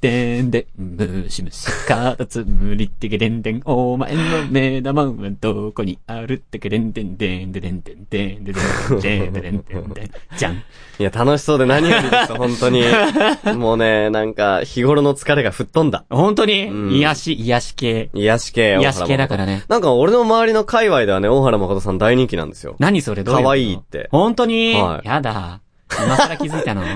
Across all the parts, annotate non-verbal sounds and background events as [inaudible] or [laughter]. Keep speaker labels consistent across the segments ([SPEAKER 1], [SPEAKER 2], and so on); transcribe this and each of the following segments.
[SPEAKER 1] でんでん、むしむし、かたつむりってけでんでん、お前の目玉はどこにあるってけでんでんでんででんでんでんででんでんででんでんでん、じゃん。
[SPEAKER 2] いや、楽しそうで何よ
[SPEAKER 1] [laughs]
[SPEAKER 2] りです、本当に。もうね、なんか、日頃の疲れが吹っ飛んだ。
[SPEAKER 1] 本当に、
[SPEAKER 2] うん
[SPEAKER 1] 癒し、癒し系。
[SPEAKER 2] 癒し系、。
[SPEAKER 1] 癒し系だかららね。
[SPEAKER 2] なんか、俺の周りの界隈ではね、大原誠さん大人気なんですよ。
[SPEAKER 1] 何それどういうこと
[SPEAKER 2] 可愛いって
[SPEAKER 1] 本当に、
[SPEAKER 2] はい
[SPEAKER 1] やだ。今更気づいたのや
[SPEAKER 2] い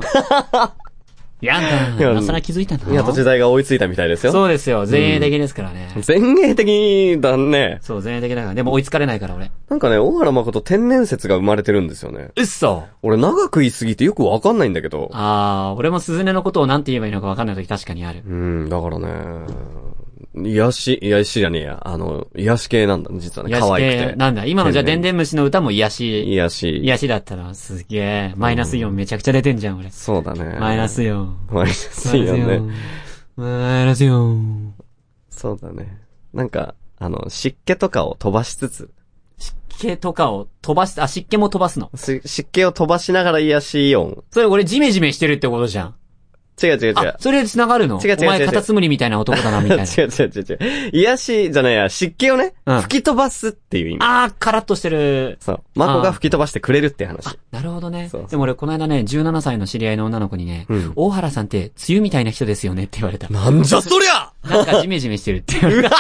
[SPEAKER 2] や
[SPEAKER 1] だ。今更気づいたの
[SPEAKER 2] いや、途中代が追いついたみたいですよ。
[SPEAKER 1] そうですよ。前衛的ですからね。
[SPEAKER 2] 前衛的だね。
[SPEAKER 1] そう、前衛的だから。でも追いつかれないから俺。
[SPEAKER 2] なんかね、大原誠天然説が生まれてるんですよね。
[SPEAKER 1] うっそ
[SPEAKER 2] 俺長く言いすぎてよくわかんないんだけど。
[SPEAKER 1] あー、俺も鈴音のことをなんて言えばいいのかわかんない時確かにある。
[SPEAKER 2] うん、だからね、癒し、癒しじゃねえや。あの、癒し系なんだ、実はね。
[SPEAKER 1] 癒
[SPEAKER 2] 可
[SPEAKER 1] し
[SPEAKER 2] 愛
[SPEAKER 1] 系
[SPEAKER 2] く、て。
[SPEAKER 1] なんだ。今のじゃあ、で
[SPEAKER 2] 天
[SPEAKER 1] ん
[SPEAKER 2] 然
[SPEAKER 1] でん虫の歌も癒し、
[SPEAKER 2] 癒し。
[SPEAKER 1] 癒しだったら、すげえ。マイナスイオンめちゃくちゃ出てんじゃん、俺。
[SPEAKER 2] そうだね。
[SPEAKER 1] マイナ。スイオン。
[SPEAKER 2] マイナスいよね。
[SPEAKER 1] マイナスイオン。
[SPEAKER 2] そうだね。なんか、あの、湿気とかを飛ばしつつ、
[SPEAKER 1] 湿気とかを飛ばす、あ、湿気も飛ばすの。
[SPEAKER 2] し湿気を飛ばしながら癒しイオン。
[SPEAKER 1] それ俺ジメジメしてるってことじゃん。
[SPEAKER 2] 違う違う違う。
[SPEAKER 1] あ、それで繋がるの
[SPEAKER 2] 違う違う違う
[SPEAKER 1] お前カタツムリみたいな男だな、みたいな。
[SPEAKER 2] [laughs] 違う違う違う違う。癒しじゃないや、湿気をね、
[SPEAKER 1] うん
[SPEAKER 2] 吹き飛ばすっていう意味。
[SPEAKER 1] あー、カラッとしてる。
[SPEAKER 2] そう。マコが吹き飛ばしてくれるって話。
[SPEAKER 1] なるほどね。
[SPEAKER 2] そうそう
[SPEAKER 1] でも俺この間ね、17歳の知り合いの女の子にね、
[SPEAKER 2] うん
[SPEAKER 1] 大原さんって梅雨みたいな人ですよねって言われた。
[SPEAKER 2] なんじゃそりゃ
[SPEAKER 1] なんかジメジメしてるって言わ
[SPEAKER 2] [laughs]
[SPEAKER 1] れた。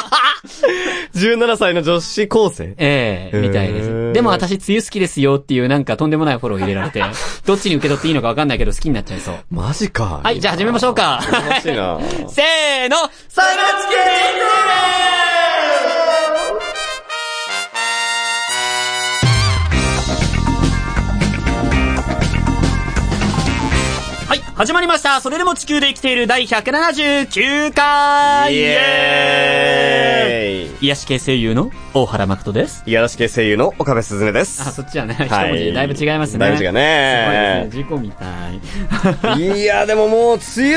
[SPEAKER 2] !17 歳の女子高生。
[SPEAKER 1] [laughs] ええみたいで
[SPEAKER 2] へー
[SPEAKER 1] す。でも私梅雨好きですよっていうなんかとんでもないフォロー入れられて、どっちに受け取っていいのかわかんないけど好きになっちゃいそう。
[SPEAKER 2] マジか。
[SPEAKER 1] はい、じゃあ始めましょうか。
[SPEAKER 2] 楽し
[SPEAKER 1] せ
[SPEAKER 2] いな
[SPEAKER 1] ーの、サイバチキはい、始まりました。それでも地球で生きている第179回
[SPEAKER 2] イ
[SPEAKER 1] イエーイ
[SPEAKER 2] エー
[SPEAKER 1] 癒し系声優の大原誠です。
[SPEAKER 2] イいやらし系声優の岡部すずねで
[SPEAKER 1] あ、
[SPEAKER 2] す。
[SPEAKER 1] そっちはね、一
[SPEAKER 2] はい
[SPEAKER 1] 文字だいぶ違いますね。
[SPEAKER 2] だいぶ違うね
[SPEAKER 1] すごいですね。事故みたい。
[SPEAKER 2] いや、でももう、梅雨、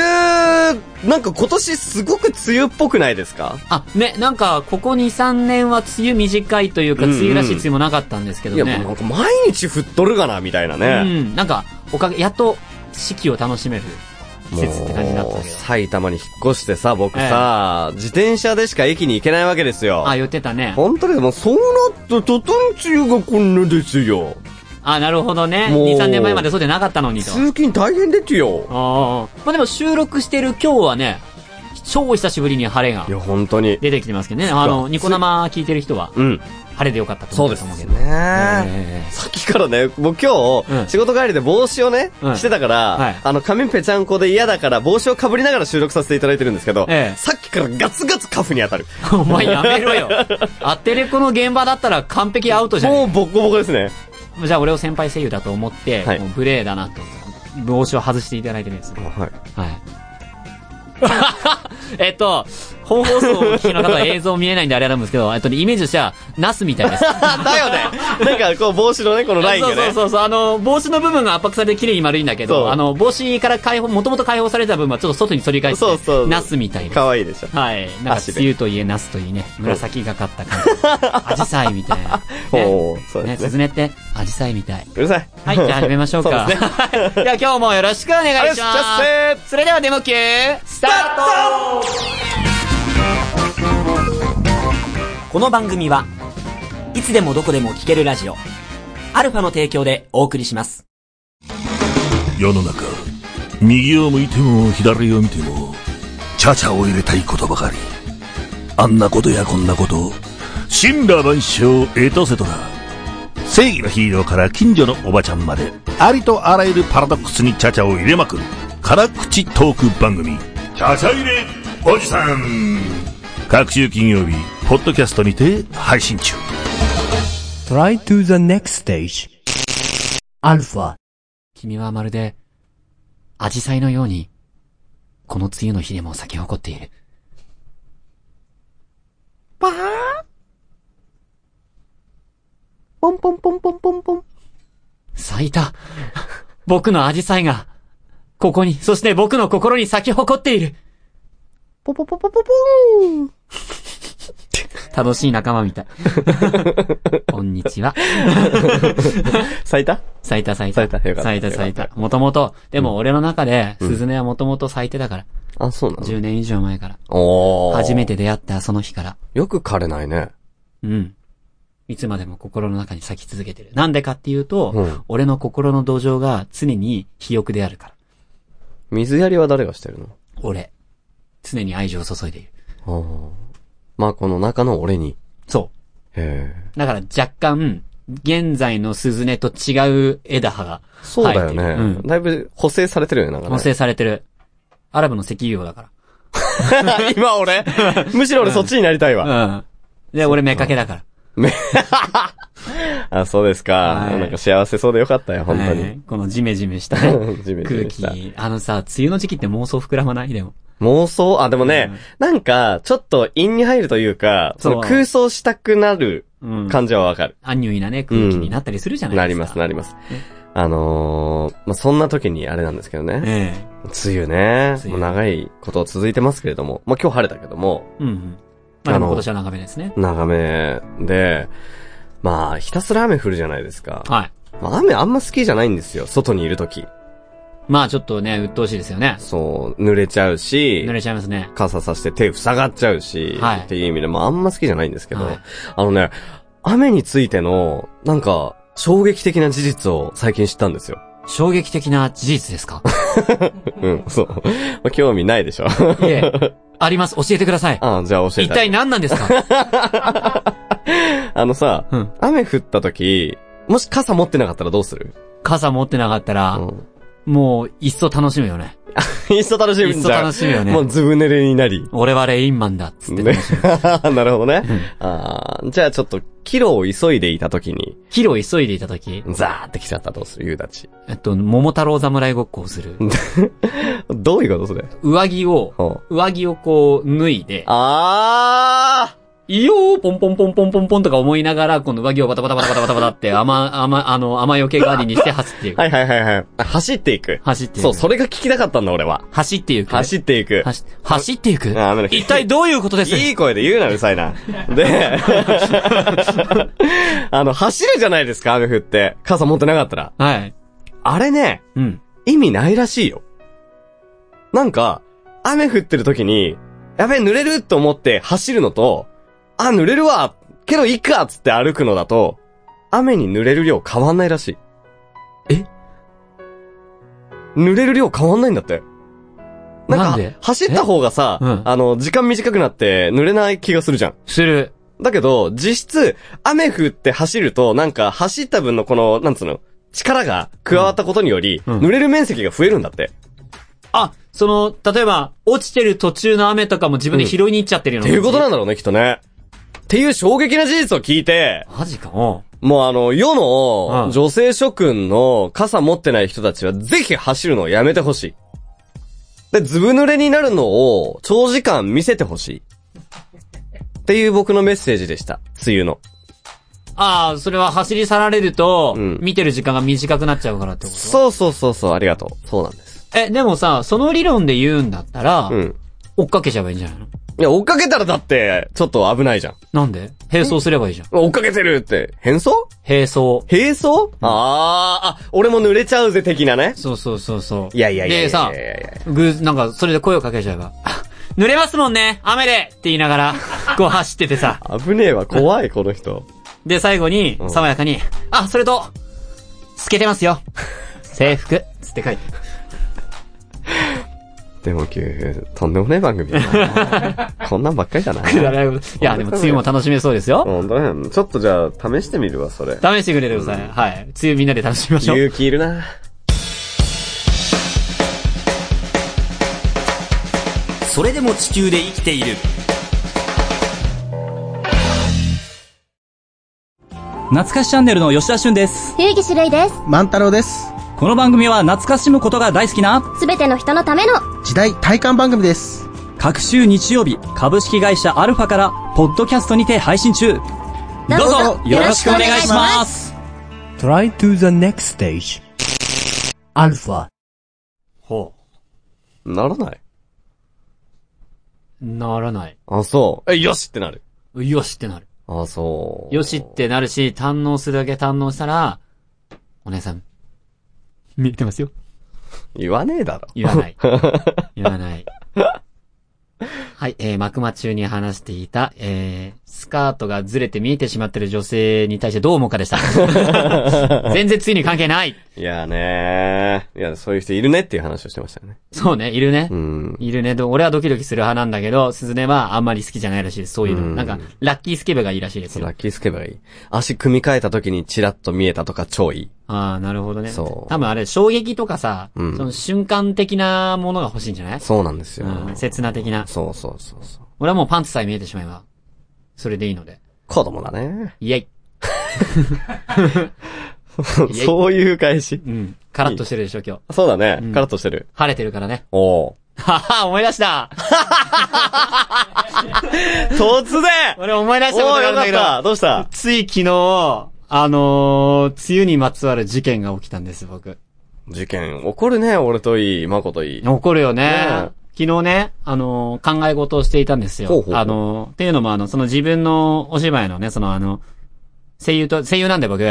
[SPEAKER 2] なんか今年すごく梅雨っぽくないですか
[SPEAKER 1] あ、ね、なんか、ここ2、3年は梅雨短いというか、
[SPEAKER 2] うん
[SPEAKER 1] 梅
[SPEAKER 2] うん
[SPEAKER 1] 雨らしい梅雨もなかったんですけど
[SPEAKER 2] いや、
[SPEAKER 1] ね。
[SPEAKER 2] もうなんか毎日降っとるがな、みたいな
[SPEAKER 1] う
[SPEAKER 2] ね。
[SPEAKER 1] ん、なんか、おかげ、やっと、四季を楽しめる季節って感じだった
[SPEAKER 2] もう
[SPEAKER 1] けど。
[SPEAKER 2] 埼玉に引っ越してさ、僕さ、自転車でしか駅に行けないわけですよ。
[SPEAKER 1] あ、言ってたね。
[SPEAKER 2] 本当にもうそうなった途端梅雨がこんなですよ。
[SPEAKER 1] あ、なるほどね。
[SPEAKER 2] もう
[SPEAKER 1] 2、3年前までそうでなかったのにと。
[SPEAKER 2] 通勤大変ですよ。
[SPEAKER 1] ああ。まあでも収録してる今日はね、超久しぶりに晴れが
[SPEAKER 2] いや、本当に。
[SPEAKER 1] 出てきてますけどね。あの、ニコ生聞いてる人は、
[SPEAKER 2] うん。
[SPEAKER 1] 晴れでよかったと
[SPEAKER 2] そう
[SPEAKER 1] 思
[SPEAKER 2] で
[SPEAKER 1] うと
[SPEAKER 2] す
[SPEAKER 1] 思うけど。
[SPEAKER 2] ね。
[SPEAKER 1] え
[SPEAKER 2] さっきからね、僕今日、
[SPEAKER 1] うん
[SPEAKER 2] 仕事帰りで帽子をね、
[SPEAKER 1] うん
[SPEAKER 2] してたから、
[SPEAKER 1] はい
[SPEAKER 2] あの、髪ぺちゃんこで嫌だから帽子をかぶりながら収録させていただいてるんですけど、
[SPEAKER 1] ええ
[SPEAKER 2] さっきからガツガツカフに当たる。
[SPEAKER 1] えお前やめろ [laughs] よ。アテレコの現場だったら完璧アウトじゃん。
[SPEAKER 2] もうボッコボコですね。
[SPEAKER 1] じゃあ俺を先輩声優だと思って、
[SPEAKER 2] はい
[SPEAKER 1] もう無礼だなと。帽子を外していただいてるんです。
[SPEAKER 2] はい。
[SPEAKER 1] はい。 [laughs] えっと、本放送をお聞きの方は映像見えないんであれなんですけど、えっとね、イメージとしては、ナスみたいです。
[SPEAKER 2] あ、だよね。なんかこう帽子のね、このラインが
[SPEAKER 1] そう
[SPEAKER 2] ね。
[SPEAKER 1] そうそうそう、あの、帽子の部分が圧迫されて綺麗に丸いんだけ
[SPEAKER 2] そう
[SPEAKER 1] ど、あの、帽子から解放、もともと解放されてた部分はちょっと外に反り返して、
[SPEAKER 2] そうそう
[SPEAKER 1] ナスみたいです。
[SPEAKER 2] かわいいでしょ。
[SPEAKER 1] はい。なんか、
[SPEAKER 2] 足で
[SPEAKER 1] 梅雨といえ、ナスといいね、紫がかった感じ。アジサイみたい
[SPEAKER 2] [laughs]
[SPEAKER 1] な。ね、
[SPEAKER 2] おーそう
[SPEAKER 1] ね、
[SPEAKER 2] ですね。
[SPEAKER 1] 鈴音って、アジサイみたい。
[SPEAKER 2] うるさい。
[SPEAKER 1] はい、じゃあ始めましょうか。
[SPEAKER 2] そうですね。
[SPEAKER 1] じゃあ今日もよろしくお願いしま
[SPEAKER 2] あ
[SPEAKER 1] す。
[SPEAKER 2] れ
[SPEAKER 1] それではデモ級、スタート
[SPEAKER 3] この番組はいつでもどこでも聞けるラジオアルファの提供でお送りします
[SPEAKER 4] 世の中右を向いても左を見てもチャチャを入れたいことばかりあんなことやこんなこと神羅万象エトセトラ正義のヒーローから近所のおばちゃんまでありとあらゆるパラドックスにチャチャを入れまくる辛口トーク番組「チャチャ入れおじさん」各週金曜日ポッドキャストにて配信中
[SPEAKER 5] Try to the next stage. Alpha.
[SPEAKER 1] 君はまるで、アジサイのように、この梅雨の日でも咲き誇っている。
[SPEAKER 2] ポンポンポンポンポンポン。
[SPEAKER 1] 咲いた。僕のアジサイが、ここに、そして僕の心に咲き誇っている。
[SPEAKER 2] ポポポポポポーン。
[SPEAKER 1] 楽しい仲間みた
[SPEAKER 2] [laughs]
[SPEAKER 1] い。こんにちは。
[SPEAKER 2] 咲いた
[SPEAKER 1] 咲いた咲いた。
[SPEAKER 2] 咲いたよかった
[SPEAKER 1] 咲いた咲い
[SPEAKER 2] よ
[SPEAKER 1] た
[SPEAKER 2] か。
[SPEAKER 1] もともと、でも俺の中で、スズメはもともと咲いてたから。
[SPEAKER 2] あ、そうなの
[SPEAKER 1] 10年以上前から。
[SPEAKER 2] おー。
[SPEAKER 1] 初め。て出会ったその日から。
[SPEAKER 2] よく枯れないね。
[SPEAKER 1] うん。いつまでも心の中に咲き続けてる。なんでかっていうと、
[SPEAKER 2] うん
[SPEAKER 1] 俺の心の土壌が常に肥沃であるから。
[SPEAKER 2] 水やりは誰がしてるの
[SPEAKER 1] 俺。常に愛情を注いでいる。
[SPEAKER 2] あーまあ、この中の俺に。
[SPEAKER 1] そ
[SPEAKER 2] へえ。
[SPEAKER 1] う。だから若干、現在のスズネと違う枝葉が
[SPEAKER 2] そうだよね。
[SPEAKER 1] 生えてるうん
[SPEAKER 2] だいぶ補正されてるよね、なんか、ね。
[SPEAKER 1] 補正されてる。アラブの石油王だか
[SPEAKER 2] [laughs] 今俺むしろ俺そっちになりたいわ。
[SPEAKER 1] ら。うん。で、俺目かけだから。
[SPEAKER 2] あ、そうですか
[SPEAKER 1] は。い
[SPEAKER 2] なんか幸せそうでよかったよ、本当
[SPEAKER 1] はい
[SPEAKER 2] に。
[SPEAKER 1] このジメジメ
[SPEAKER 2] [laughs]
[SPEAKER 1] したね
[SPEAKER 2] ジメジ
[SPEAKER 1] 空
[SPEAKER 2] メした
[SPEAKER 1] 気。あのさ、梅雨の時期って妄想膨らまないでも。
[SPEAKER 2] 妄想あ、でもね、なんか、ちょっと陰に入るというか、そ
[SPEAKER 1] そう
[SPEAKER 2] の空想したくなる
[SPEAKER 1] うん。
[SPEAKER 2] 感じはわかる。
[SPEAKER 1] アンニュイなね、空気になったりするじゃな
[SPEAKER 2] ない
[SPEAKER 1] で
[SPEAKER 2] り
[SPEAKER 1] すか。
[SPEAKER 2] ます、なります。あのー、まあ、そんな時にあれなんですけどね。
[SPEAKER 1] え
[SPEAKER 2] 梅雨ね。
[SPEAKER 1] 雨
[SPEAKER 2] もう長いこと続いてますけれども。まあ、今日晴れたけども、
[SPEAKER 1] え。うんうん。まあで
[SPEAKER 2] あ
[SPEAKER 1] も
[SPEAKER 2] の
[SPEAKER 1] 今年は長めですね。
[SPEAKER 2] 長めで、まあ、ひたすら雨降るじゃないですか。
[SPEAKER 1] はい。
[SPEAKER 2] まあ、雨あんま好きじゃないんですよ、外にいる時。
[SPEAKER 1] まあちょっとね、鬱陶しいですよね。
[SPEAKER 2] そう、濡れちゃうし
[SPEAKER 1] 濡、れちゃいますね。
[SPEAKER 2] 傘さして手塞がっちゃうし、
[SPEAKER 1] はい
[SPEAKER 2] っていう意味でもあんま好きじゃないんですけど、
[SPEAKER 1] はい
[SPEAKER 2] あのね、雨についての、なんか、衝撃的な事実を最近知った
[SPEAKER 1] [laughs]
[SPEAKER 2] んですよ。
[SPEAKER 1] 衝撃的な事実です
[SPEAKER 2] [laughs]
[SPEAKER 1] か
[SPEAKER 2] うん、そう。まあ興味ないでしょ。 [laughs]
[SPEAKER 1] いえ、あります。教えてください。
[SPEAKER 2] あじゃあ教え
[SPEAKER 1] 一
[SPEAKER 2] て。
[SPEAKER 1] 体何なんです
[SPEAKER 2] [laughs]
[SPEAKER 1] か
[SPEAKER 2] あのさ、
[SPEAKER 1] うん
[SPEAKER 2] 雨降った時、もし傘持ってなかったらどうする
[SPEAKER 1] 傘持ってなかったら、
[SPEAKER 2] うん [laughs]
[SPEAKER 1] もう、いっそ楽しむよね。
[SPEAKER 2] インスタ楽し
[SPEAKER 1] い
[SPEAKER 2] み
[SPEAKER 1] っ
[SPEAKER 2] じゃん。
[SPEAKER 1] そ楽しむよ
[SPEAKER 2] も
[SPEAKER 1] ね
[SPEAKER 2] う。ずぶ濡れになり。
[SPEAKER 1] 俺はレインマンだ、つって
[SPEAKER 2] ね
[SPEAKER 1] ね。、
[SPEAKER 2] なるほどね。 [laughs] あーじゃあちょっと、帰路を急いでいた時に、
[SPEAKER 1] ヒロ急いでいたとき、
[SPEAKER 2] ザーって来ちゃったらどうする、夕立ち。
[SPEAKER 1] えっと、桃太郎侍ごっこをする。
[SPEAKER 2] どういうことそれ
[SPEAKER 1] 上着を、
[SPEAKER 2] ほう
[SPEAKER 1] 上着をこう、脱いで、
[SPEAKER 2] あ
[SPEAKER 1] いよー、ポンポンポンポンポンポンとか思いながら、この上着をバタバタバタバタバタバタって、雨、雨、あの、雨よけ代わりにして走ってい
[SPEAKER 2] ーは
[SPEAKER 1] く。
[SPEAKER 2] いはいはいはい。あ走っていく。
[SPEAKER 1] 走っていく。
[SPEAKER 2] そう、それが聞きたかったんだ俺は。
[SPEAKER 1] 走っていく。
[SPEAKER 2] 走っていく。
[SPEAKER 1] 走走っていく
[SPEAKER 2] あ雨の日
[SPEAKER 1] 一体どういうことです
[SPEAKER 2] いい声で言うな、うるさいな。
[SPEAKER 1] [laughs]
[SPEAKER 2] で、あの、走るじゃないですか、雨降って。傘持ってなかったら。
[SPEAKER 1] はい。
[SPEAKER 2] あれね、
[SPEAKER 1] うん。
[SPEAKER 2] 意味ないらしいよ。なんか、雨降ってる時に、やべえ、濡れると思って走るのと、あ、濡れるわけどいいかっつって歩くのだと、雨に濡れる量変わんないらしい。
[SPEAKER 1] え
[SPEAKER 2] 濡れる量変わんないんだって。なんか、
[SPEAKER 1] なんで
[SPEAKER 2] 走った方がさ、
[SPEAKER 1] えうん
[SPEAKER 2] あの、時間短くなって濡れない気がするじゃん。
[SPEAKER 1] する。
[SPEAKER 2] だけど、実質、雨降って走ると、なんか、走った分のこの、なんつうの、力が加わったことにより、
[SPEAKER 1] うん
[SPEAKER 2] 濡れる面積が増えるんだって。
[SPEAKER 1] あ、その、例えば、落ちてる途中の雨とかも自分で拾いに行っちゃってるよ
[SPEAKER 2] っていうことなんんだろうね、きっとね。っていう衝撃な事実を聞いて、
[SPEAKER 1] マジか。おう
[SPEAKER 2] もうあの、世
[SPEAKER 1] う
[SPEAKER 2] の
[SPEAKER 1] ん
[SPEAKER 2] 女性諸君の傘持ってない人たちはぜひ走るのをやめてほしい。で、ずぶ濡れになるのを長時間見せてほしい。っていう僕のメッセージでした。梅雨の。
[SPEAKER 1] ああ、それは走り去られると、
[SPEAKER 2] うん
[SPEAKER 1] 見てる時間が短くなっちゃうからってこと
[SPEAKER 2] そうそうそうそう、ありがとう。そうなんです。
[SPEAKER 1] え、でもさ、その理論で言うんだったら、
[SPEAKER 2] うん。
[SPEAKER 1] 追っかけちゃえばいいんじゃないの
[SPEAKER 2] いや、追っかけたらだって、ちょっと危ないじゃん。
[SPEAKER 1] なんで並走すればいいじゃん。
[SPEAKER 2] 追っかけてるって、変装
[SPEAKER 1] 並走。
[SPEAKER 2] 並走、あーあ、俺も濡れちゃうぜ、的なね。
[SPEAKER 1] そうそうそうそう。
[SPEAKER 2] いやいやいやいや
[SPEAKER 1] でさ
[SPEAKER 2] いやいやいや、
[SPEAKER 1] ぐ、なんか、それで声をかけちゃえば、 [laughs] あ濡れますもんね雨でって言いながら、こう走っててさ。
[SPEAKER 2] 危ねえわ、怖い、この人。
[SPEAKER 1] で、最後に、爽やかに、あ、それと、透けてますよ。制服。つって書いて。
[SPEAKER 2] [laughs] でも、きゅとんでもねえ番組だ [laughs] なこんなんばっかりだな。
[SPEAKER 1] くだらないこといや、でも、梅雨も楽しめそうですよ。
[SPEAKER 2] 本当ね、ちょっとじゃあ、試してみるわ、それ。
[SPEAKER 1] 試してくれてください。はい。梅雨みんなで楽しみましょう。
[SPEAKER 2] 勇気いるな。
[SPEAKER 3] それでも地球で生きている。
[SPEAKER 6] 懐かしチャンネルの吉田俊です。
[SPEAKER 7] 冬木種類です。
[SPEAKER 8] 万太郎です。
[SPEAKER 6] この番組は懐かしむことが大好きな、
[SPEAKER 7] すべての人のための、
[SPEAKER 8] 時代体感番組です。
[SPEAKER 6] 各週日曜日、株式会社アルファから、ポッドキャストにて配信中。
[SPEAKER 7] どうぞ
[SPEAKER 6] よろしくお願いします。
[SPEAKER 5] Try to the next stage. Alpha.
[SPEAKER 1] ほ。
[SPEAKER 2] ならないう
[SPEAKER 1] ならない。
[SPEAKER 2] あ、そう。え、よしってなる。
[SPEAKER 1] よしってなる。
[SPEAKER 2] ああ、そう。
[SPEAKER 1] よしってなるし、堪能するだけ堪能したら、お姉さん、見えてますよ。
[SPEAKER 2] 言わねえだろ。
[SPEAKER 1] 言わ
[SPEAKER 2] [laughs]
[SPEAKER 1] ない。言わない。はい、えー、幕間中に話していた、えー、スカートがずれて見えてしまってる女性に対してどう思うかでした。
[SPEAKER 2] [laughs]
[SPEAKER 1] 全然ついに関係ない
[SPEAKER 2] いやねー。いや、そういう人いるねっていう話をしてましたよね。
[SPEAKER 1] そうね、いるね
[SPEAKER 2] う。ん。
[SPEAKER 1] いるね。でも俺はドキドキする派なんだけど、鈴音はあんまり好きじゃないらしいです。そういう
[SPEAKER 2] う
[SPEAKER 1] の。
[SPEAKER 2] ん
[SPEAKER 1] なんか、ラッキースケベがいいらしいですよ
[SPEAKER 2] ラ。ッキースケベがいい。足組み替えた時にチラッと見えたとか超いい。
[SPEAKER 1] ああ、なるほどね。
[SPEAKER 2] そう
[SPEAKER 1] 多分あれ、衝撃とかさ、
[SPEAKER 2] うん
[SPEAKER 1] その瞬間的なものが欲しいんじゃない
[SPEAKER 2] そうなんですよ。
[SPEAKER 1] うん、刹那的な。
[SPEAKER 2] そうそうそうそう。
[SPEAKER 1] 俺はもうパンツさえ見えてしまえば、それでいいので。
[SPEAKER 2] 子供だね。
[SPEAKER 1] イェイ。いや
[SPEAKER 2] そういう返し。
[SPEAKER 1] うん。カラッとしてるでしょ、今日。
[SPEAKER 2] そうだね。カラッとしてる。
[SPEAKER 1] 晴れてるからね。 [laughs]
[SPEAKER 2] おお。
[SPEAKER 1] はは、思い出した
[SPEAKER 2] 突然
[SPEAKER 1] 俺思い出したこと
[SPEAKER 2] おお
[SPEAKER 1] がある
[SPEAKER 2] よ
[SPEAKER 1] ん
[SPEAKER 2] か
[SPEAKER 1] だ
[SPEAKER 2] っ
[SPEAKER 1] けど。
[SPEAKER 2] たどうした
[SPEAKER 1] つい昨日、あのー、梅雨にまつわる事件が起きたんです、僕。
[SPEAKER 2] 事件、起こるね、俺といい、まこといい。
[SPEAKER 1] 怒るよ
[SPEAKER 2] ね
[SPEAKER 1] ね。昨日ね、あのー、考え事をしていたんですよ。
[SPEAKER 2] ほうほうほう
[SPEAKER 1] あのー、っていうのもあの、その自分のお芝居のね、そのあの、声優と、声優なんで
[SPEAKER 2] [laughs]
[SPEAKER 1] 僕、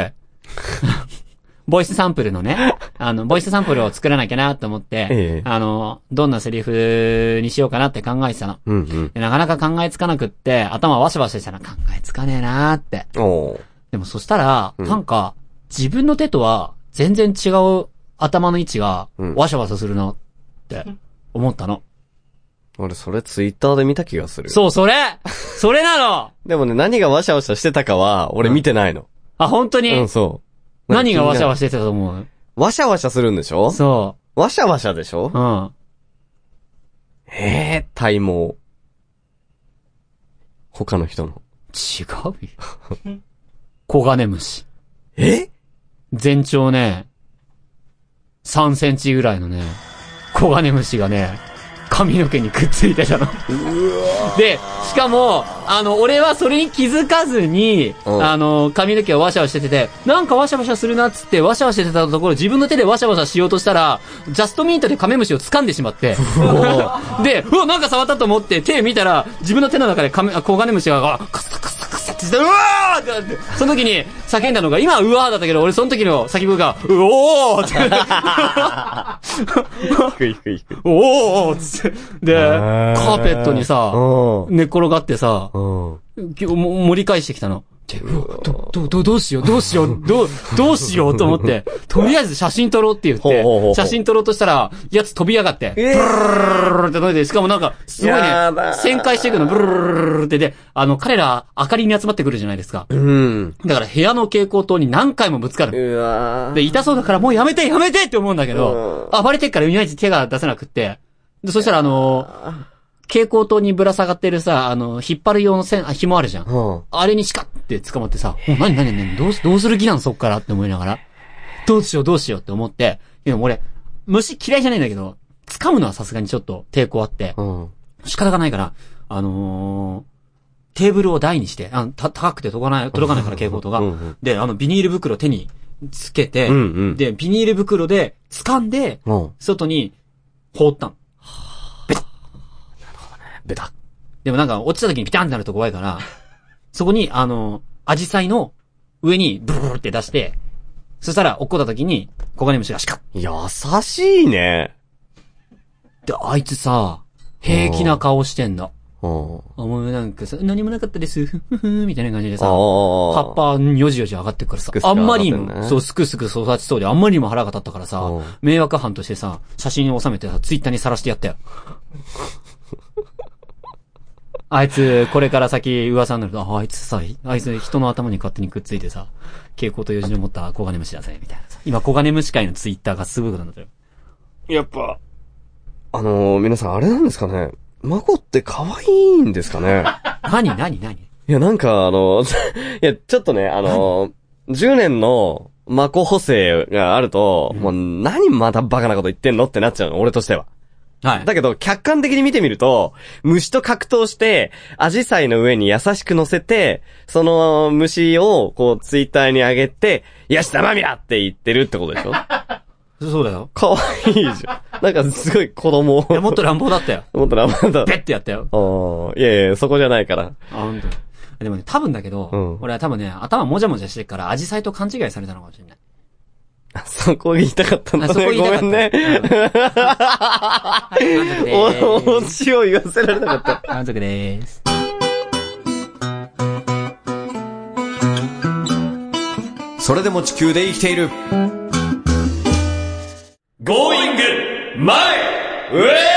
[SPEAKER 1] ボイスサンプルのね、あの、ボイスサンプルを作らなきゃなと思って、
[SPEAKER 2] ええ
[SPEAKER 1] あのー、どんなセリフにしようかなって考えてたの。
[SPEAKER 2] うんうん。
[SPEAKER 1] でなかなか考えつかなくって、頭ワシワシしたら考えつかねえなーって。
[SPEAKER 2] おお。
[SPEAKER 1] でもそしたら、
[SPEAKER 2] ん
[SPEAKER 1] なんか、自分の手とは全然違う頭の位置が、
[SPEAKER 2] うん
[SPEAKER 1] ワシャワシャするなって思ったの。
[SPEAKER 2] 俺、それツイッターで見た気がする。
[SPEAKER 1] そう、それそれなの
[SPEAKER 2] でもね、何がわしゃわしゃしてたかは、俺見てないの。
[SPEAKER 1] あ、本当に、
[SPEAKER 2] うん、そう。
[SPEAKER 1] 何がワシャワ
[SPEAKER 2] シ
[SPEAKER 1] シャしてたと思う
[SPEAKER 2] ャわしゃわしゃするんでしょ
[SPEAKER 1] そ
[SPEAKER 2] わしゃわしゃでしょ
[SPEAKER 1] う。うん。
[SPEAKER 2] ええ体毛。他の人の。
[SPEAKER 1] 違う
[SPEAKER 2] [laughs]
[SPEAKER 1] よ。コガネムシ。
[SPEAKER 2] え
[SPEAKER 1] 全長ね、3センチぐらいのね、コガネムシがね、髪の毛にくっついてたの。で、しかも、あの、俺はそれに気づかずに、
[SPEAKER 2] うん
[SPEAKER 1] あの、髪の毛をワシャワシャしてて、なんかワシャワシャするなっつって、ワシャワシャしてたところ、自分の手でワシャワシャしようとしたら、ジャストミートでカメムシを掴んでしまって、で、うわ、なんか触ったと思って、手見たら、自分の手の中でカメ、あコガネムシが、あカサカサカサってして、うわーってなって、その時に叫んだのが、今はうわーだったけど、俺その時の叫び声が、うおーって、
[SPEAKER 2] 低い低い低い。
[SPEAKER 1] おーっつって、で、カーペットにさ、
[SPEAKER 2] う
[SPEAKER 1] 寝転がってさ、
[SPEAKER 2] ん。うん。
[SPEAKER 1] きょも盛り返してきたの。でうわど、ど、ど、どうしよう、どうしよう、どう、どうしようと思って、とりあえず写真撮ろうって言っ
[SPEAKER 2] ほうほうほうほう
[SPEAKER 1] て、写真撮ろうとしたら、やつ飛び上がって、ブルルルルルって飛んで、しかもなんか、すごいね
[SPEAKER 2] やだ、
[SPEAKER 1] 旋回していくの、ブルルルルルルってで、あの、彼ら、明かりに集まってくるじゃないですか。
[SPEAKER 2] うん。
[SPEAKER 1] だから部屋の蛍光灯に何回もぶつかる。
[SPEAKER 2] うわー
[SPEAKER 1] で、痛そうだからもうやめてやめてって思うんだけど、暴れてっからいまいち手が出せなくって。で、そしたらあのー、蛍光灯にぶら下がってるさ、あの、引っ張る用の線、あ、紐あるじゃん。
[SPEAKER 2] うん。
[SPEAKER 1] あれにしかって捕まってさ、もう何何何どうす、どうする気なのそっからって思いながら。どうしようどうしようって思って。でも俺、虫嫌いじゃないんだけど、掴むのはさすがにちょっと抵抗あって
[SPEAKER 2] う、ん。
[SPEAKER 1] 仕方がないから、あのー、テーブルを台にして、あのた、高くて届かない、届かないから蛍光灯が
[SPEAKER 2] うんうん。
[SPEAKER 1] で、あの、ビニール袋を手につけて、
[SPEAKER 2] うんうん
[SPEAKER 1] で、ビニール袋で掴んで、
[SPEAKER 2] うん。
[SPEAKER 1] 外に放ったの。
[SPEAKER 2] ベタ。
[SPEAKER 1] でもなんか落ちた時にピタンってなると怖い
[SPEAKER 2] [laughs]
[SPEAKER 1] から、そこに、あの、アジサイの上にブルブルって出して、そしたら落っこった時に、コガネムシがシカッ
[SPEAKER 2] 優しいね。
[SPEAKER 1] て、あいつさ、平気な顔してんだ。
[SPEAKER 2] うん。
[SPEAKER 1] あもうなんかさ、何もなかったです、ふふふみたいな感じで
[SPEAKER 2] あ
[SPEAKER 1] さ、
[SPEAKER 2] あ。
[SPEAKER 1] 葉っぱによじよじ上がってくからさ
[SPEAKER 2] すく、すく
[SPEAKER 1] あんまりに
[SPEAKER 2] 上がってん
[SPEAKER 1] も、
[SPEAKER 2] ね
[SPEAKER 1] そう、すくすく育ちそうで、あんまりにも腹が立ったからさ
[SPEAKER 2] うん、
[SPEAKER 1] 迷惑犯としてさ、写真を収めてさ、ツイッターに晒してや
[SPEAKER 2] [laughs]
[SPEAKER 1] ったよ。あいつ、これから先噂になると、ああいつさ、あいつ人の頭に勝手にくっついてさ、蛍光とよじに持ったコガネムシだぜ、みたいなさ。今、コガネムシ界のツイッターがすごいことになってる。
[SPEAKER 2] やっぱ。あのー、皆さんあれなんですかね。マコって可愛いんですか
[SPEAKER 1] [laughs]
[SPEAKER 2] ね。
[SPEAKER 1] 何何何
[SPEAKER 2] いや、なんかあの [laughs] ー、いや、ちょっとね、あのー、10年のマコ補正があると、もう何またバカなこと言ってんのってなっちゃうの、俺としては。
[SPEAKER 1] はい。
[SPEAKER 2] だけど、客観的に見てみると、虫と格闘して、アジサイの上に優しく乗せて、その虫を、こう、ツイッターに上げて、よし、生身だって言ってるってことでしょ
[SPEAKER 1] そうだよ。
[SPEAKER 2] 可愛いじゃん。なんか、すごい子供を。
[SPEAKER 1] いや、もっと乱暴だったよ。
[SPEAKER 2] もっとラバンだ。
[SPEAKER 1] ペッてやったよ。
[SPEAKER 2] おー、いやいや、そこじゃないから。
[SPEAKER 1] あ、ほんとに。でもね、多分だけど、
[SPEAKER 2] うん
[SPEAKER 1] 俺は多分ね、頭もじゃもじゃしてるから、アジサイと勘違いされたのかもしれない。
[SPEAKER 2] そこ言いたかったんだ
[SPEAKER 1] あそこ
[SPEAKER 2] ね。
[SPEAKER 1] 言いた
[SPEAKER 2] ご
[SPEAKER 1] か
[SPEAKER 2] め
[SPEAKER 1] った
[SPEAKER 2] んね。
[SPEAKER 1] 満足で
[SPEAKER 2] お、お
[SPEAKER 1] ーす。
[SPEAKER 2] ちを言わせられなかっ
[SPEAKER 1] 満足でーす。
[SPEAKER 9] それでも地球で生きている。
[SPEAKER 4] Going 前
[SPEAKER 2] た。うえ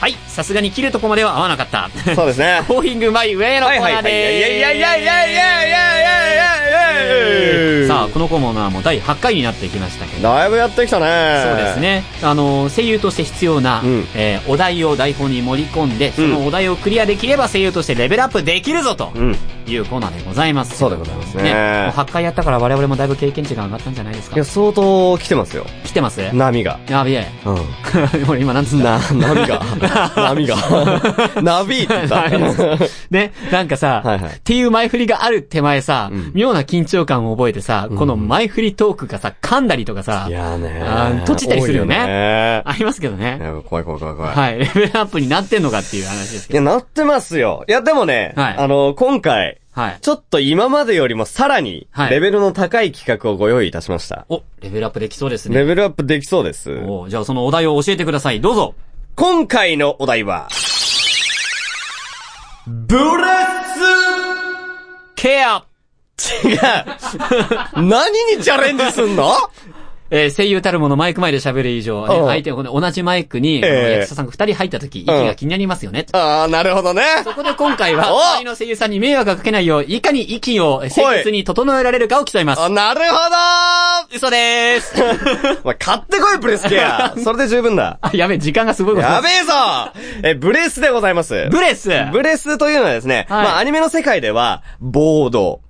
[SPEAKER 1] はい、さすがに切るとこまでは合わなかった。
[SPEAKER 2] ーそうですね。
[SPEAKER 1] ボーイングマイウェイのコ
[SPEAKER 2] は
[SPEAKER 1] ー
[SPEAKER 2] いはい
[SPEAKER 1] ナ
[SPEAKER 2] は
[SPEAKER 1] ー
[SPEAKER 2] い。いやいやいや
[SPEAKER 1] で
[SPEAKER 2] いやいやいやいやいやいやいやいや
[SPEAKER 1] ーす。さあ、このコーナーも第8回になってきましたけど。
[SPEAKER 2] だいぶやってきたね。
[SPEAKER 1] そうです。ね。あの、声優として必要な、
[SPEAKER 2] うん
[SPEAKER 1] えーお題を台本に盛り込んで、そのお題をクリアできれば声優としてレベルアップできるぞと
[SPEAKER 2] うん。
[SPEAKER 1] いうコーナーでございます。
[SPEAKER 2] そうでございますね
[SPEAKER 1] もう8回やったから我々もだいぶ経験値が上がったんじゃないです
[SPEAKER 2] い
[SPEAKER 1] か
[SPEAKER 2] や、。相当来てますよ。
[SPEAKER 1] 来てます
[SPEAKER 2] 波が。
[SPEAKER 1] やべえ。
[SPEAKER 2] う
[SPEAKER 1] 俺今なんつっ
[SPEAKER 2] ん。
[SPEAKER 1] た
[SPEAKER 2] な、
[SPEAKER 1] [laughs]
[SPEAKER 2] 波が。波が。なびいてた。
[SPEAKER 1] ね、なんかさ、
[SPEAKER 2] はいはい
[SPEAKER 1] っていう前振りがある手前さ、
[SPEAKER 2] うん
[SPEAKER 1] 妙な緊張感を覚えてさ、この前振りトークがさ、噛んだりとかさ
[SPEAKER 2] い、やーね
[SPEAKER 1] あー
[SPEAKER 2] ー。
[SPEAKER 1] 閉じたりするよね
[SPEAKER 2] 多いね
[SPEAKER 1] ありますけど
[SPEAKER 2] い
[SPEAKER 1] ね。
[SPEAKER 2] や怖い怖い怖い怖い。
[SPEAKER 1] はい、レベルアップになってんのかっていう話です
[SPEAKER 2] い
[SPEAKER 1] けど。
[SPEAKER 2] や、なってますよ。いや、でもね、
[SPEAKER 1] はい
[SPEAKER 2] あの、今回、
[SPEAKER 1] はい。
[SPEAKER 2] ちょっと今までよりもさらに
[SPEAKER 1] は、い
[SPEAKER 2] レベルの高い企画をご用意いたしました。
[SPEAKER 1] お、レベルアップできそうです
[SPEAKER 2] レ
[SPEAKER 1] ね。
[SPEAKER 2] ベルアップできそうです。
[SPEAKER 1] おじゃあそのお題を教えてください。どうぞ。
[SPEAKER 2] 今回のお題は、ブレ
[SPEAKER 1] ケア
[SPEAKER 2] ス
[SPEAKER 1] [laughs]
[SPEAKER 2] 違う何にチャレンジすんの
[SPEAKER 1] えー声優たるものマイク前で喋る以上、ね
[SPEAKER 2] うん
[SPEAKER 1] 相手、この同じマイクに、
[SPEAKER 2] ええ
[SPEAKER 1] 役者さんが二人入った時、息が気になりますよね。
[SPEAKER 2] ああ、なるほどね。
[SPEAKER 1] そこで今回は、
[SPEAKER 2] お
[SPEAKER 1] 周りの声優さんに迷惑がかけないよう、いかに息を清潔に整えられるかを競います。
[SPEAKER 2] あなるほ
[SPEAKER 1] 嘘でーす
[SPEAKER 2] どーお前買ってこい、ブレスケア [laughs] それで十分だ。
[SPEAKER 1] あ [laughs] やべえ、時間がすごいことにな
[SPEAKER 2] や
[SPEAKER 1] る
[SPEAKER 2] べえぞえ、ブレスでございます。
[SPEAKER 1] ブレス
[SPEAKER 2] ブレスというのはですね、
[SPEAKER 1] はい
[SPEAKER 2] まあアニメの世界では、ボード。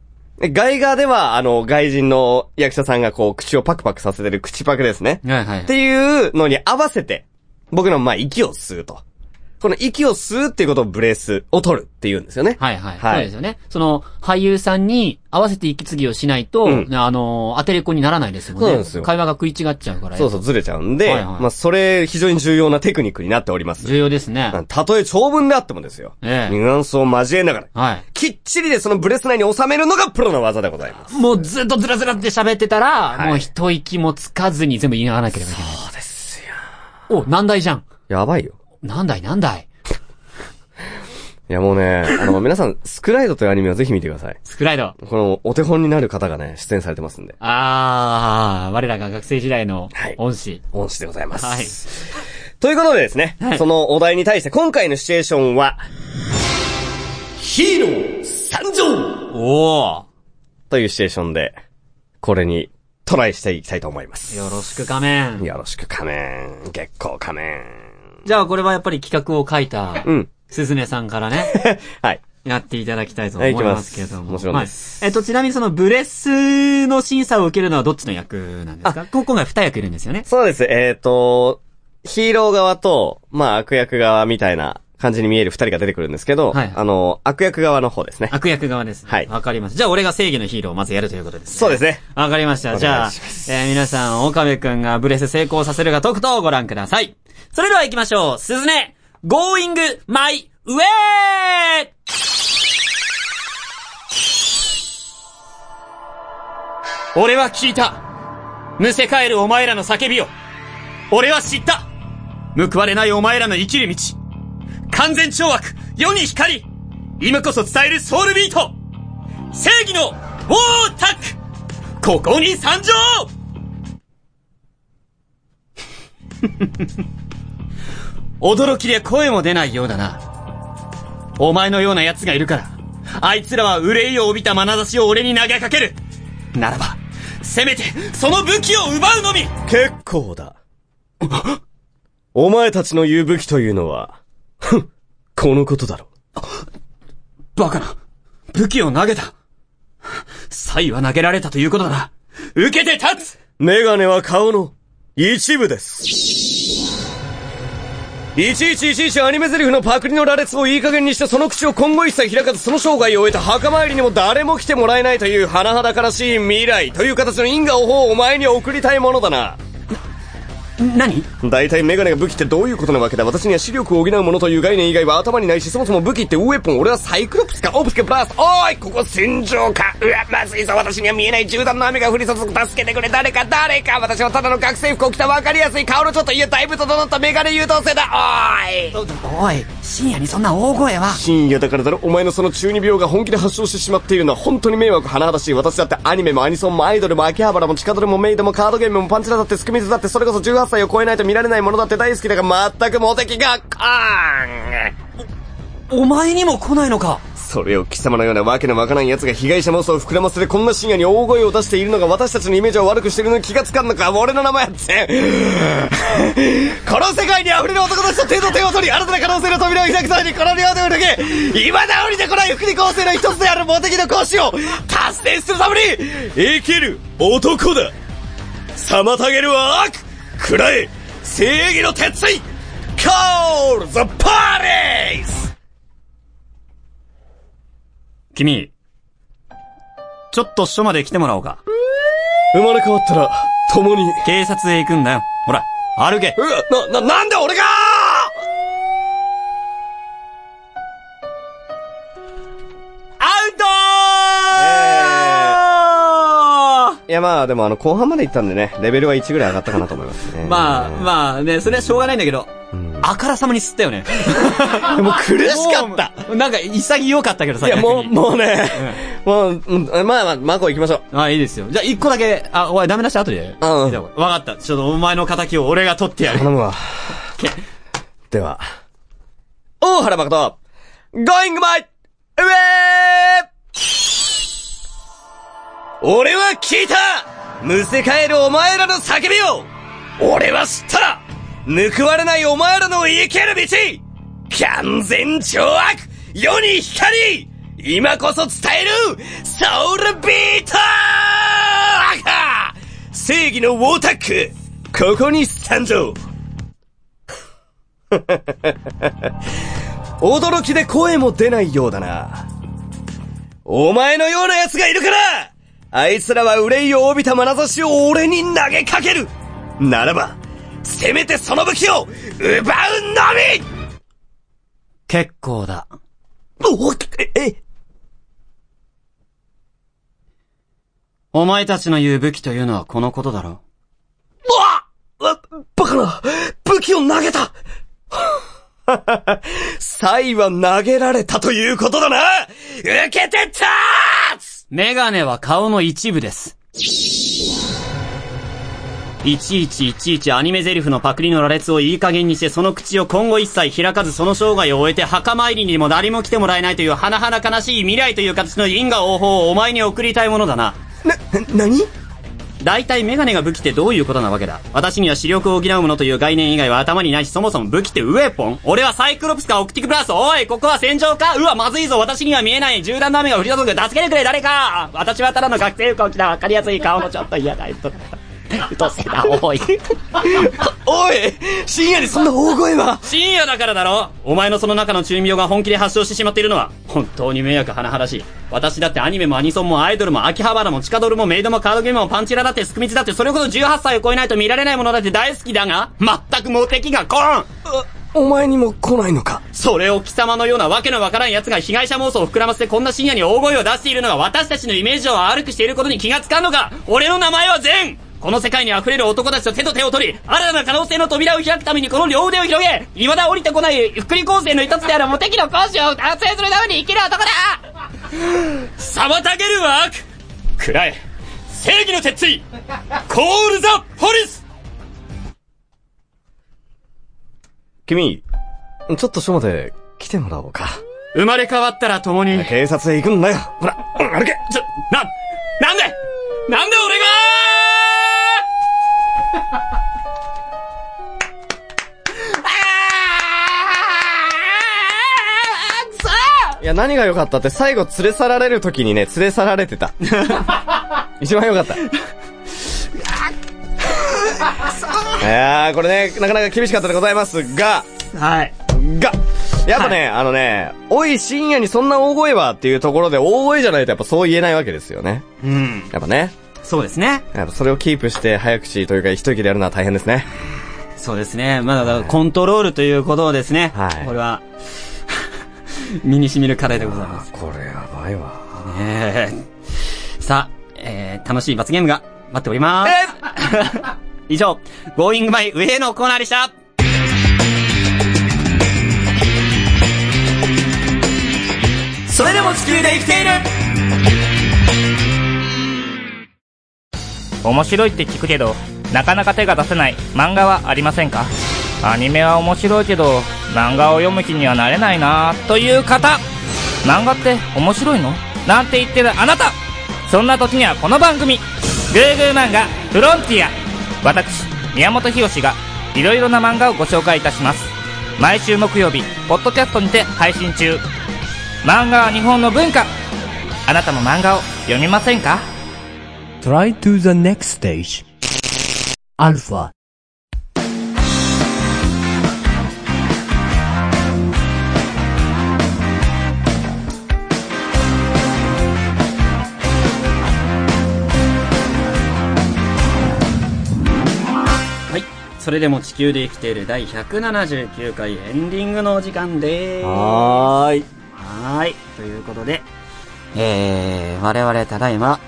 [SPEAKER 2] 外画では、あの、外人の役者さんがこう、口をパクパクさせてる口パクですね。
[SPEAKER 1] はいはい
[SPEAKER 2] っていうのに合わせて、僕のまあ息を吸うと。この息を吸うっていうことをブレスを取るっていうんですよね。
[SPEAKER 1] はいはい。
[SPEAKER 2] はい
[SPEAKER 1] そうですよね。その、俳優さんに合わせて息継ぎをしないと、
[SPEAKER 2] うん
[SPEAKER 1] あの、当てれこにならないですもんね。
[SPEAKER 2] そうなんですよ
[SPEAKER 1] 会話が食い違っちゃうから。
[SPEAKER 2] そうそう、ずれちゃうんで、
[SPEAKER 1] はいはい
[SPEAKER 2] まあそれ非常に重要なテクニックになっております。
[SPEAKER 1] 重要ですね。
[SPEAKER 2] たとえ長文であってもですよ。
[SPEAKER 1] ええ
[SPEAKER 2] ニュアンスを交えながら、
[SPEAKER 1] はい。
[SPEAKER 2] きっちりでそのブレス内に収めるのがプロの技でございます。
[SPEAKER 1] もうずっとずらずらって喋ってたら、
[SPEAKER 2] い
[SPEAKER 1] もう一息もつかずに全部言い合わなければいけない。そうですよ。お、難題じゃん。
[SPEAKER 2] やばいよ。
[SPEAKER 1] 難題難題。
[SPEAKER 2] いやもうね、あの、皆さん、スクライドというアニメをぜひ見てください。
[SPEAKER 1] スクライド。
[SPEAKER 2] この、お手本になる方がね、出演されてますんで。
[SPEAKER 1] あー、我らが学生時代の
[SPEAKER 2] はい
[SPEAKER 1] 恩師。
[SPEAKER 2] 恩師でございます。
[SPEAKER 1] はい。
[SPEAKER 2] ということでですね、
[SPEAKER 1] はい
[SPEAKER 2] そのお題に対して今回のシチュエーションは、ヒーロー参上
[SPEAKER 1] おー。
[SPEAKER 2] というシチュエーションで、これにトライしていきたいと思います。
[SPEAKER 1] よろしく仮面。
[SPEAKER 2] よろしく仮面、月光仮面。
[SPEAKER 1] じゃあこれはやっぱり企画を書いた、
[SPEAKER 2] うん。
[SPEAKER 1] すずねさんからね、 [laughs]
[SPEAKER 2] はい。
[SPEAKER 1] やっていただきたいと思
[SPEAKER 2] はいい行きます
[SPEAKER 1] ますけれども。
[SPEAKER 2] もちろんです
[SPEAKER 1] はい。えっと、ちなみにそのブレスの審査を受けるのはどっちの役なんですかこ今回二役いるんですよね。
[SPEAKER 2] そうです。えっ、と、ヒーロー側と、まあ悪役側みたいな感じに見える二人が出てくるんですけど、
[SPEAKER 1] はい
[SPEAKER 2] あの、悪役側の方ですね。
[SPEAKER 1] 悪役側ですね。
[SPEAKER 2] はい
[SPEAKER 1] わかりました。じゃあ俺が正義のヒーローをまずやるということですね。
[SPEAKER 2] そうですね。
[SPEAKER 1] わかりました。
[SPEAKER 2] お願い
[SPEAKER 1] じゃあ
[SPEAKER 2] し、
[SPEAKER 1] えー皆さん、岡部くんがブレス成功させるかとくとをご覧ください。それでは行きましょう。すずね、Going My Way! 俺は聞いた。むせ返るお前らの叫びを。俺は知った。報われないお前らの生きる道。完全懲悪、世に光り。今こそ伝えるソウルビート。正義のウォータックここに参上 [laughs] 驚きで声も出ないようだな。お前のような奴がいるから、あいつらは憂いを帯びた眼差しを俺に投げかける。ならば、せめて、その武器を奪うのみ
[SPEAKER 2] 結構だ。 [laughs] お前たちの言う武器というのは、ふんこのことだろ。
[SPEAKER 1] バカな武器を投げた才は投げられたということだな受けて立つ
[SPEAKER 2] メガネは顔の一部です。いちいちいちいちアニメ台詞のパクリの羅列をいい加減にしてその口を今後一切開かずその生涯を終えた墓参りにも誰も来てもらえないという甚だ悲しい未来という形の因果応報をお前に送りたいものだな。
[SPEAKER 1] 何
[SPEAKER 2] 大体メガネが武器ってどういうことなわけだ私には視力を補うものという概念以外は頭にないし、そもそも武器ってウェポン、俺はサイクロプスか、オプスか、ブラスト、おーいここ戦場かうわ、まずいぞ、私には見えない銃弾の雨が降り注ぐ、助けてくれ、誰か、誰か私はただの学生服を着た分かりやすい顔のちょっと、いや、だいぶ整ったメガネ優等生だ、おーい
[SPEAKER 10] おい、深夜にそんな大声は。
[SPEAKER 2] 深夜だからだろお前のその中二病が本気で発症してしまっているのは本当に迷惑甚だしい私だってアニメもアニソンもアイドルも秋葉原も近ドルもメイドもカードゲームもパンチラだってスクミズだってそれこそ18歳を超えないと見られないものだって大好きだが全くモテ気がカーン
[SPEAKER 10] お前にも来ないのか。
[SPEAKER 2] それを貴様のようなわけのわからん奴が被害者妄想を膨らませてこんな深夜に大声を出しているのが私たちのイメージを悪くしているのに気がつかんのか俺の名前は全この世界に溢れる男たちと手と手を取り新たな可能性の扉を開くためにこの両手を抜け今だ降りてこない福利厚生の一つであるモテキの講師を達成するために生きる男だ妨げるは悪食らえ正義の鉄槌コールザパーレース
[SPEAKER 1] 君、ちょっと署まで来てもらおうか。
[SPEAKER 2] 生まれ変わったら共に
[SPEAKER 1] 警察へ行くんだよ。ほら、歩け。
[SPEAKER 2] うわな、な、なんで俺が
[SPEAKER 11] アウトー
[SPEAKER 2] いやまあでもあの後半まで行ったんでね、レベルは1ぐらい上がったかなと思いますね。
[SPEAKER 11] まあ、まあね、それはしょうがないんだけど、あからさまに吸ったよね。
[SPEAKER 2] あ。でも苦しかっ
[SPEAKER 11] もう。なんか潔かったけどさ、
[SPEAKER 2] た。いやもう、
[SPEAKER 11] 逆に
[SPEAKER 2] もうね、もう、うんまあまあ、マコ行きましょう。
[SPEAKER 11] あ、いいですよ。じゃあ、一個だけ、あ、お前ダメ出し後で。
[SPEAKER 2] うん
[SPEAKER 11] じゃあわかった。ちょっとお前の仇を俺が取ってやる。
[SPEAKER 2] 頼むわ。では、大原誠、Going my way! 俺は聞いたむせ返るお前らの叫びを俺は知った報われないお前らの生きる道完全懲悪世に光今こそ伝えるソウルビート赤正義のウォータックここに参上驚きで声も出ないようだな。お前のような奴がいるからあいつらは憂いを帯びた眼差しを俺に投げかけるならば、せめてその武器を奪うの
[SPEAKER 1] 結構だ。
[SPEAKER 2] みおえ、え、
[SPEAKER 1] お前たちの言う武器というのはこのことだろ
[SPEAKER 2] うわバカな武器を投げ [laughs] たサイは投げられたということだな受けて立つ
[SPEAKER 1] う。メガネは顔の一部です。いちいちいちいちアニメ台詞のパクリの羅列をいい加減にしてその口を今後一切開かずその生涯を終えて墓参りにも誰も来てもらえないという甚々悲しい未来という形の因果応報をお前に送りたいものだな。
[SPEAKER 2] な、何
[SPEAKER 1] 大体メガネが武器ってどういうことなわけだ私には視力を補うものという概念以外は頭にないし、そもそも武器ってウェポン俺はサイクロプスかオクティックブラストおいここは戦場かうわ、まずいぞ私には見えない銃弾の雨が降り注ぐ助けてくれ誰か私はただの学生服を着たわかりやすい顔のちょっと嫌だえっと、うとせだ、おい。
[SPEAKER 2] おい深夜にそんな大声は
[SPEAKER 1] 深夜だからだろお前のその中の中二病が本気で発症してしまっているのは、本当に迷惑甚だしい。私だってアニメもアニソンもアイドルも秋葉原も地下ドルもメイドもカードゲームもパンチラだってスクミチだってそれこそ18歳を超えないと見られないものだって大好きだが、全くモテ気がコーン
[SPEAKER 2] お前にも来ないのか
[SPEAKER 1] それを貴様のようなわけのわからん奴が被害者妄想を膨らませてこんな深夜に大声を出しているのが私たちのイメージを悪くしていることに気がつかんのか俺の名前はゼンこの世界に溢れる男たちと手と手を取り、新たな可能性の扉を開くためにこの両腕を広げ、未だ降りてこない福利構成の一つであるモテキの講師を達成するために生きる男だ妨げるは悪くらえ正義の鉄槌コールザ・ポリス
[SPEAKER 2] 君、ちょっと署まで来てもらおうか。
[SPEAKER 1] 生まれ変わったら共に、
[SPEAKER 2] 警察へ行くんだよ。ほら、歩け
[SPEAKER 1] ちょ、な、なんでなんで俺が
[SPEAKER 2] いや、何が良かったって最後連れ去られる時にね、連れ去られて [laughs] た。一番良かった。いやー、これね、なかなか厳しかったでございますが、
[SPEAKER 1] はい。
[SPEAKER 2] が、やっぱね、あのね、おい深夜にそんな大声はっていうところで大声じゃないとやっぱそう言えないわけですよね。
[SPEAKER 1] うん。
[SPEAKER 2] やっぱね。
[SPEAKER 1] そうですね。
[SPEAKER 2] やっぱそれをキープして早口というか一息でやるのは大変ですね。
[SPEAKER 1] そうですね。まだだからコントロールということをですね。
[SPEAKER 2] はい
[SPEAKER 1] これは、 [laughs] 身に染みる課題でございます。
[SPEAKER 2] これやばいわ。
[SPEAKER 1] えーさあ、えー楽しい罰ゲームが待っております。 [laughs] 以上、Going My Way のコーナーでした。それでも地球で生きている
[SPEAKER 12] 面白いって聞くけどなかなか手が出せない漫画はありませんかアニメは面白いけど漫画を読む気にはなれないなという方漫画って面白いのなんて言ってるあなたそんな時にはこの番組「グーグー漫画フロンティア」私宮本浩がいろいろな漫画をご紹介いたします毎週木曜日ポッドキャストにて配信中漫画は日本の文化あなたも漫画を読みませんか
[SPEAKER 5] Try to the next stage. Alpha.
[SPEAKER 1] はい。それでも地球で生きている第179回エンディングのお時間です。
[SPEAKER 2] はーい。
[SPEAKER 1] はーい。ということで、えー、我々ただいま、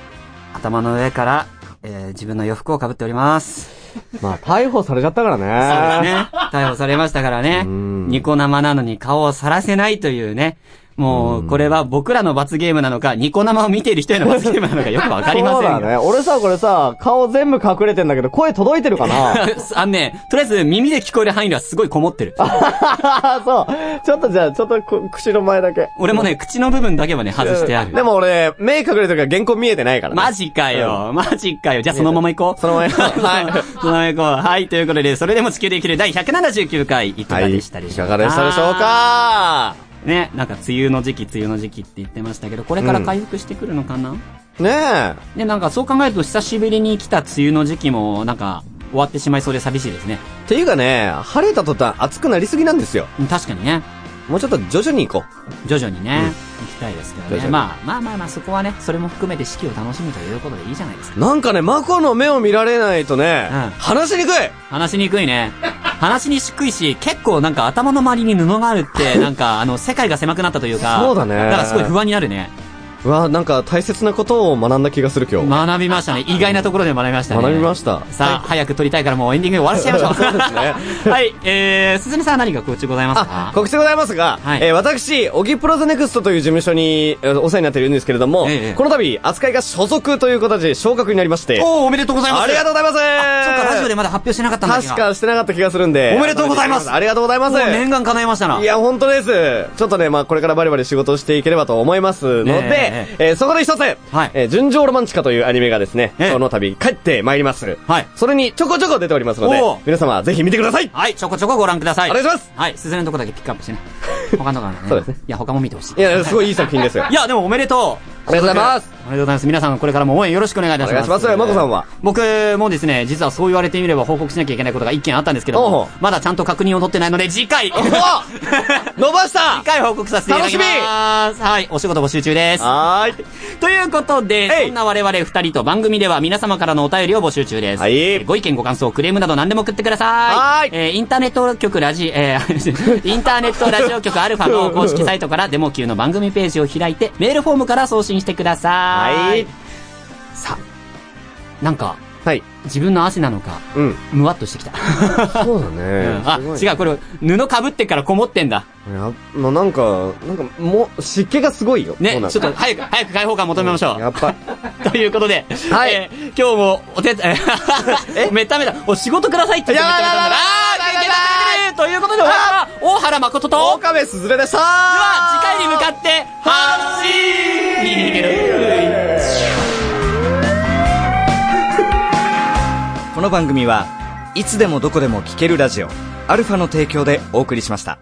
[SPEAKER 1] 頭の上から、えー、自分の洋服をかぶっております。
[SPEAKER 2] まあ、逮捕されちゃったからね。
[SPEAKER 1] そうですね。 [laughs] 逮捕されましたからね。
[SPEAKER 2] ん
[SPEAKER 1] ニコ生なのに顔をさらせないというね。もう、これは僕らの罰ゲームなのか、ニコ生を見ている人への罰ゲームなのかよくわかりません
[SPEAKER 2] そうだ
[SPEAKER 1] が。
[SPEAKER 2] ね。俺さ、これさ、顔全部隠れてんだけど、声届いてる
[SPEAKER 1] [laughs]
[SPEAKER 2] かな
[SPEAKER 1] [laughs] あのね、とりあえず耳で聞こえる範囲ではすごいこもってる。
[SPEAKER 2] そう。ちょっとじゃあ、ちょっとこ口の前だけ。
[SPEAKER 1] 俺もね、口の部分だ
[SPEAKER 2] [laughs]
[SPEAKER 1] けはね、外してある。
[SPEAKER 2] でも俺、目隠れてるから原稿見えてないからね。
[SPEAKER 1] マジかよ、マジかよ。じゃあそのまま行こう。
[SPEAKER 2] そのまま行こう [laughs]
[SPEAKER 1] はい。そのまま行こう。はい、ということで、それでも地球で生きる第179回、いか
[SPEAKER 2] は
[SPEAKER 1] が
[SPEAKER 2] い。
[SPEAKER 1] で
[SPEAKER 2] い
[SPEAKER 1] した
[SPEAKER 2] か
[SPEAKER 1] でしょう
[SPEAKER 2] がでしたでしょうか
[SPEAKER 1] ね、なんか梅雨の時期、梅雨の時期って言ってましたけど、これから回復してくるのかな、
[SPEAKER 2] ね
[SPEAKER 1] ね、なんかそう考えると久しぶりに来た梅雨の時期も、なんか、終わってしまいそうで寂しいですね。
[SPEAKER 2] え。っていうかね、晴れた途端暑くなりすぎなんですよ。
[SPEAKER 1] うん確かにね、
[SPEAKER 2] もうちょっと徐々に行こ
[SPEAKER 1] 徐々にね、行きたいですけど
[SPEAKER 2] 徐々
[SPEAKER 1] ね。
[SPEAKER 2] に
[SPEAKER 1] まあ、まあまあまあ、そこはね、それも含めて四季を楽しむということでいいじゃないですか。
[SPEAKER 2] う。なんかね、マコの目を見られないとね、
[SPEAKER 1] うん
[SPEAKER 2] 話しにくい
[SPEAKER 1] 話しにくい [laughs] ね。話しにくいし、結構なんか頭の周りに布がある [laughs] って、なんかあの、世界が狭くなったというか。
[SPEAKER 2] そうだね
[SPEAKER 1] だからすごい不安になるね。
[SPEAKER 2] うわ、なんか大切なことを学んだ気がする今日。
[SPEAKER 1] 学びましたね。意外なところで学びましたね。
[SPEAKER 2] 学びました。
[SPEAKER 1] さあ、早く撮りたいからもうエンディングで終わらせちゃいま [laughs] しょう。はい、えー、すずみさんは何か告知ございます
[SPEAKER 2] あ
[SPEAKER 1] か、
[SPEAKER 2] 告知でございますが、
[SPEAKER 1] はい
[SPEAKER 2] えー私、オギプロザネクストという事務所にえーお世話になっているんですけれども、
[SPEAKER 1] ええ
[SPEAKER 2] この度、扱いが所属という形で昇格になりまして、
[SPEAKER 1] おーおめでとうございます。
[SPEAKER 2] ありがとうございます
[SPEAKER 1] そっか、ラジオでまだ発表してなかったんだけど。
[SPEAKER 2] 確かしてなかった気がするんで。
[SPEAKER 1] おめでとうございます
[SPEAKER 2] ありがとうございます
[SPEAKER 1] もう。念願叶いましたな。
[SPEAKER 2] いや、本当です。ちょっとね、まあ、これからバリバリ仕事をしていければと思いますので、
[SPEAKER 1] ね
[SPEAKER 2] えーそこで一つ、
[SPEAKER 1] はい
[SPEAKER 2] えー純情ロマンチカというアニメがですね、
[SPEAKER 1] ええ
[SPEAKER 2] この度帰ってまいります。
[SPEAKER 1] はい
[SPEAKER 2] それにちょこちょこ出ておりますので
[SPEAKER 1] おう、
[SPEAKER 2] 皆様ぜひ見てください
[SPEAKER 1] はい、ちょこちょこご覧ください。
[SPEAKER 2] お願いします
[SPEAKER 1] はい、すずみのとこだけピックアップしてね。他のとこは [laughs] ね。
[SPEAKER 2] そうですね
[SPEAKER 1] いや、他も見てほしい
[SPEAKER 2] い。や、すごいいい作品ですよ。あ
[SPEAKER 1] いや、でもおめでとう。
[SPEAKER 2] ありがとうございます
[SPEAKER 1] おめでとうございます。皆さん、これからも応援よろしくお願いいたします。
[SPEAKER 2] お願いしますまこさんは
[SPEAKER 1] 僕もですね、実はそう言われてみれば報告しなきゃいけないことが一件あったんですけど
[SPEAKER 2] おう
[SPEAKER 1] も、まだちゃんと確認を取ってないので、次回
[SPEAKER 2] 伸ばした
[SPEAKER 1] [laughs] 次回報告させていただきます。はい、お仕事募集中です。
[SPEAKER 2] はーい。
[SPEAKER 1] ということで、
[SPEAKER 2] えい
[SPEAKER 1] そんな我々二人と番組では皆様からのお便りを募集中です。
[SPEAKER 2] はい
[SPEAKER 1] えーご意見、ご感想、クレームなど何でも送ってください。
[SPEAKER 2] はーい
[SPEAKER 1] えーインターネット局ラジ、えー [laughs] インターネットラジオ局アルファの公式サイトからデモ級の番組ページを開いて、メールフォームから送信してください。
[SPEAKER 2] はい。
[SPEAKER 1] さあ、なんか、
[SPEAKER 2] はい。
[SPEAKER 1] 自分の汗なの
[SPEAKER 2] [laughs]
[SPEAKER 1] か、
[SPEAKER 2] うん。
[SPEAKER 1] むわっとしてきた。
[SPEAKER 2] そうだね。
[SPEAKER 1] あ、違う、これ、布かぶってからこもってんだ。
[SPEAKER 2] う。いや、もうなんか、なんか、もう、湿気がすごいよ。
[SPEAKER 1] ね
[SPEAKER 2] もう、なん
[SPEAKER 1] ち
[SPEAKER 2] か
[SPEAKER 1] ょっと早く、早く開放感求めましょう。
[SPEAKER 2] やっ
[SPEAKER 1] [laughs]
[SPEAKER 2] ぱ、
[SPEAKER 1] ということで、
[SPEAKER 2] はい
[SPEAKER 1] えー今日もお手、えーめっためた、お仕事くださいって言って
[SPEAKER 2] いや
[SPEAKER 1] めっためた
[SPEAKER 2] いやいや
[SPEAKER 1] あー
[SPEAKER 2] いやいや
[SPEAKER 1] いけない
[SPEAKER 2] いや
[SPEAKER 1] いけないということで、お相手は大原誠と、で
[SPEAKER 2] 岡部すずれでした
[SPEAKER 1] は次回に向かって、発信に逃げる。
[SPEAKER 13] この番組はいつでもどこでも聴けるラジオアルファの提供でお送りしました